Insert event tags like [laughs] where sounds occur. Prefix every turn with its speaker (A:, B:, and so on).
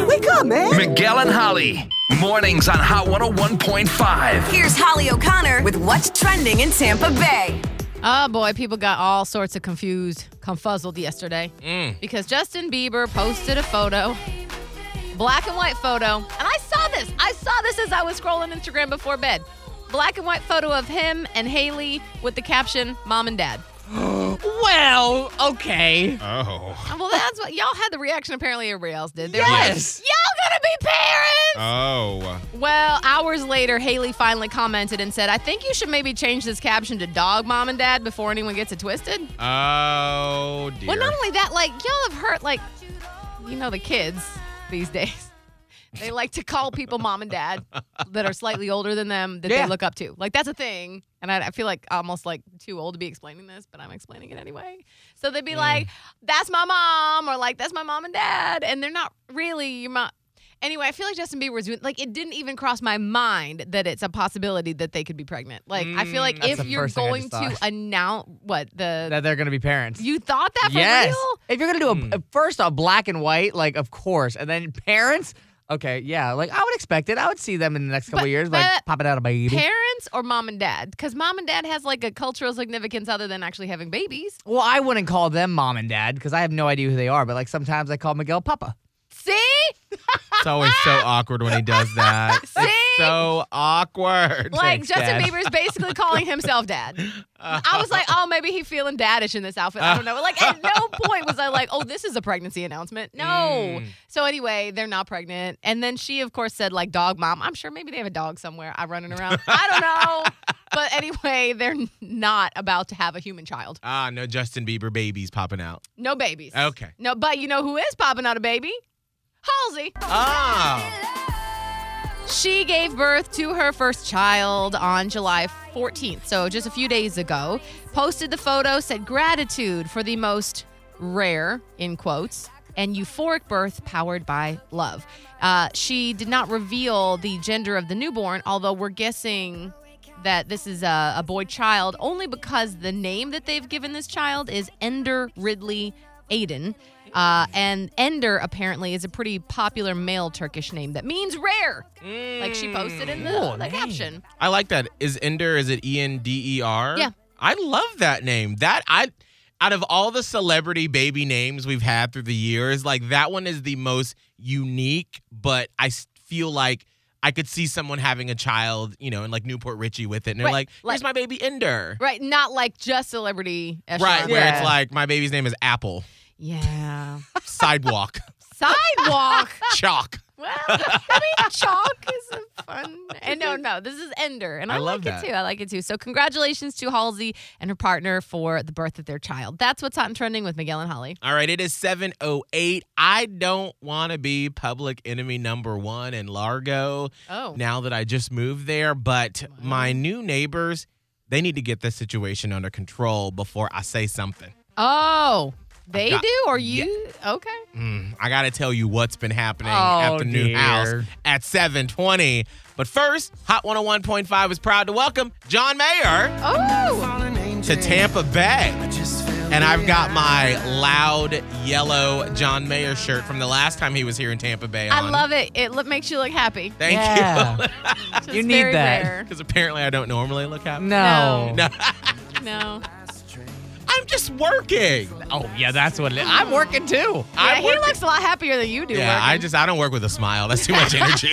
A: on, man.
B: Miguel and Holly. Mornings on Hot 101.5.
C: Here's Holly O'Connor with what's trending in Tampa Bay.
D: Oh boy, people got all sorts of confused, confuzzled yesterday
E: Mm.
D: because Justin Bieber posted a photo, black and white photo, and I saw this. I saw this as I was scrolling Instagram before bed. Black and white photo of him and Haley with the caption "Mom and Dad."
E: [gasps] Well, okay.
F: Oh.
D: And Well, that's what y'all had the reaction. Apparently, everybody else did. They were like,
E: Yes.
D: y'all gonna be parents.
F: Oh.
D: Well, hours later, Haley finally commented and said, "I think you should maybe change this caption to Dog Mom and Dad before anyone gets it twisted."
F: Oh, dear.
D: Well, not only that, like y'all have heard, like you know, the kids these days, [laughs] they like to call people mom and dad that are slightly older than them that
E: Yeah.
D: they look up to. Like that's a thing, and I, I feel like almost like too old to be explaining this, but I'm explaining it anyway. So they'd be
E: Mm.
D: like, "That's my mom," or like, "That's my mom and dad," and they're not really your mom. Anyway, I feel like Justin Bieber was doing- like it didn't even cross my mind that it's a possibility that they could be pregnant. Like I feel
F: Mm,
D: like
E: that's
D: if
E: the
D: you're
E: first thing I
D: going
E: just
D: to
E: thought.
D: announce what the
E: That they're going to be parents.
D: you thought that for
E: yes.
D: real?
E: If you're going to
F: Hmm.
E: do a, first off black and white, like, of course. And then parents, okay, yeah. Like, I would expect it. I would see them in the next couple
D: But-
E: years, like,
D: but
E: popping out a baby.
D: Parents or mom and dad? Because mom and dad has like a cultural significance other than actually having babies.
E: well, I wouldn't call them mom and dad because I have no idea who they are. But, like, sometimes I call Miguel Papa.
D: See?
F: It's always so awkward when he does
D: [laughs]
F: that. It's
D: See?
F: so awkward.
D: Like
F: Thanks,
D: Justin
F: Dad.
D: Bieber's basically calling himself dad. I was like, oh, maybe he feeling daddish in this outfit. I don't know. Like at no point was I like, oh, this is a pregnancy announcement. No.
F: Mm.
D: So anyway, they're not pregnant. And then she, of course, said like dog mom. I'm sure maybe they have a dog somewhere. I'm running around. I don't know.
F: [laughs]
D: But anyway, they're not about to have a human child.
F: Ah, no Justin Bieber babies popping out.
D: No babies.
F: Okay.
D: No, but you know who is popping out a baby? Halsey.
F: Ah.
D: She gave birth to her first child on July 14th, so just a few days ago. Posted the photo, said gratitude for the most rare, in quotes, and euphoric birth powered by love. Uh, she did not reveal the gender of the newborn, although we're guessing that this is a, a boy child only because the name that they've given this child is Ender Ridley Aiden. Uh, and Ender apparently is a pretty popular male Turkish name that means rare. Like she posted in the, the caption.
F: I like that. Is Ender, is it E N D E R?
D: Yeah.
F: I love that name. That, I, out of all the celebrity baby names we've had through the years, like that one is the most unique, but I s- feel like I could see someone having a child, you know, in like Newport Richie with it. And they're
D: Right,
F: like, here's
D: like-
F: my baby Ender.
D: Right, not like just celebrity. echelon.
F: Right, where
E: Yeah.
F: it's like, my baby's name is Apple,
D: Yeah.
F: sidewalk,
D: [laughs] Sidewalk.
F: chalk.
D: [laughs] Well, I mean, chalk is a fun. [laughs] And no, no, this is Ender, and I,
F: I love
D: like
F: that.
D: it too. I like it too. So, congratulations to Halsey and her partner for the birth of their child. That's what's hot and trending with Miguel and Holly.
F: All right, it is 708. I don't want to be public enemy number 1 in Largo
D: Oh,
F: now that I just moved there, but my new neighbors, they need to get this situation under control before I say something.
D: oh, they
F: got-
D: do, or you? Okay,
F: Mm, I got to tell you what's been happening at
E: Oh,
F: the new
E: dear.
F: house at 720. But first, Hot 101.5 is proud to welcome John Mayer.
D: oh,
F: to Tampa Bay. And I've got my loud yellow John Mayer shirt from the last time he was here in Tampa Bay.
D: I
F: on.
D: love it. It lo- makes you look happy.
F: Thank you. [laughs]
E: Yeah.
D: which
E: You
D: is
E: need
D: very
E: that.
D: rare.
F: Because apparently I don't normally look happy.
E: No.
F: No.
D: No,
F: I'm just working.
E: Oh, yeah, that's what it is. I'm working too.
D: yeah,
F: I'm
D: he
F: working.
D: looks a lot happier than you do.
F: yeah, I
D: working.
E: [laughs]
F: just I don't work with a smile. That's too much energy.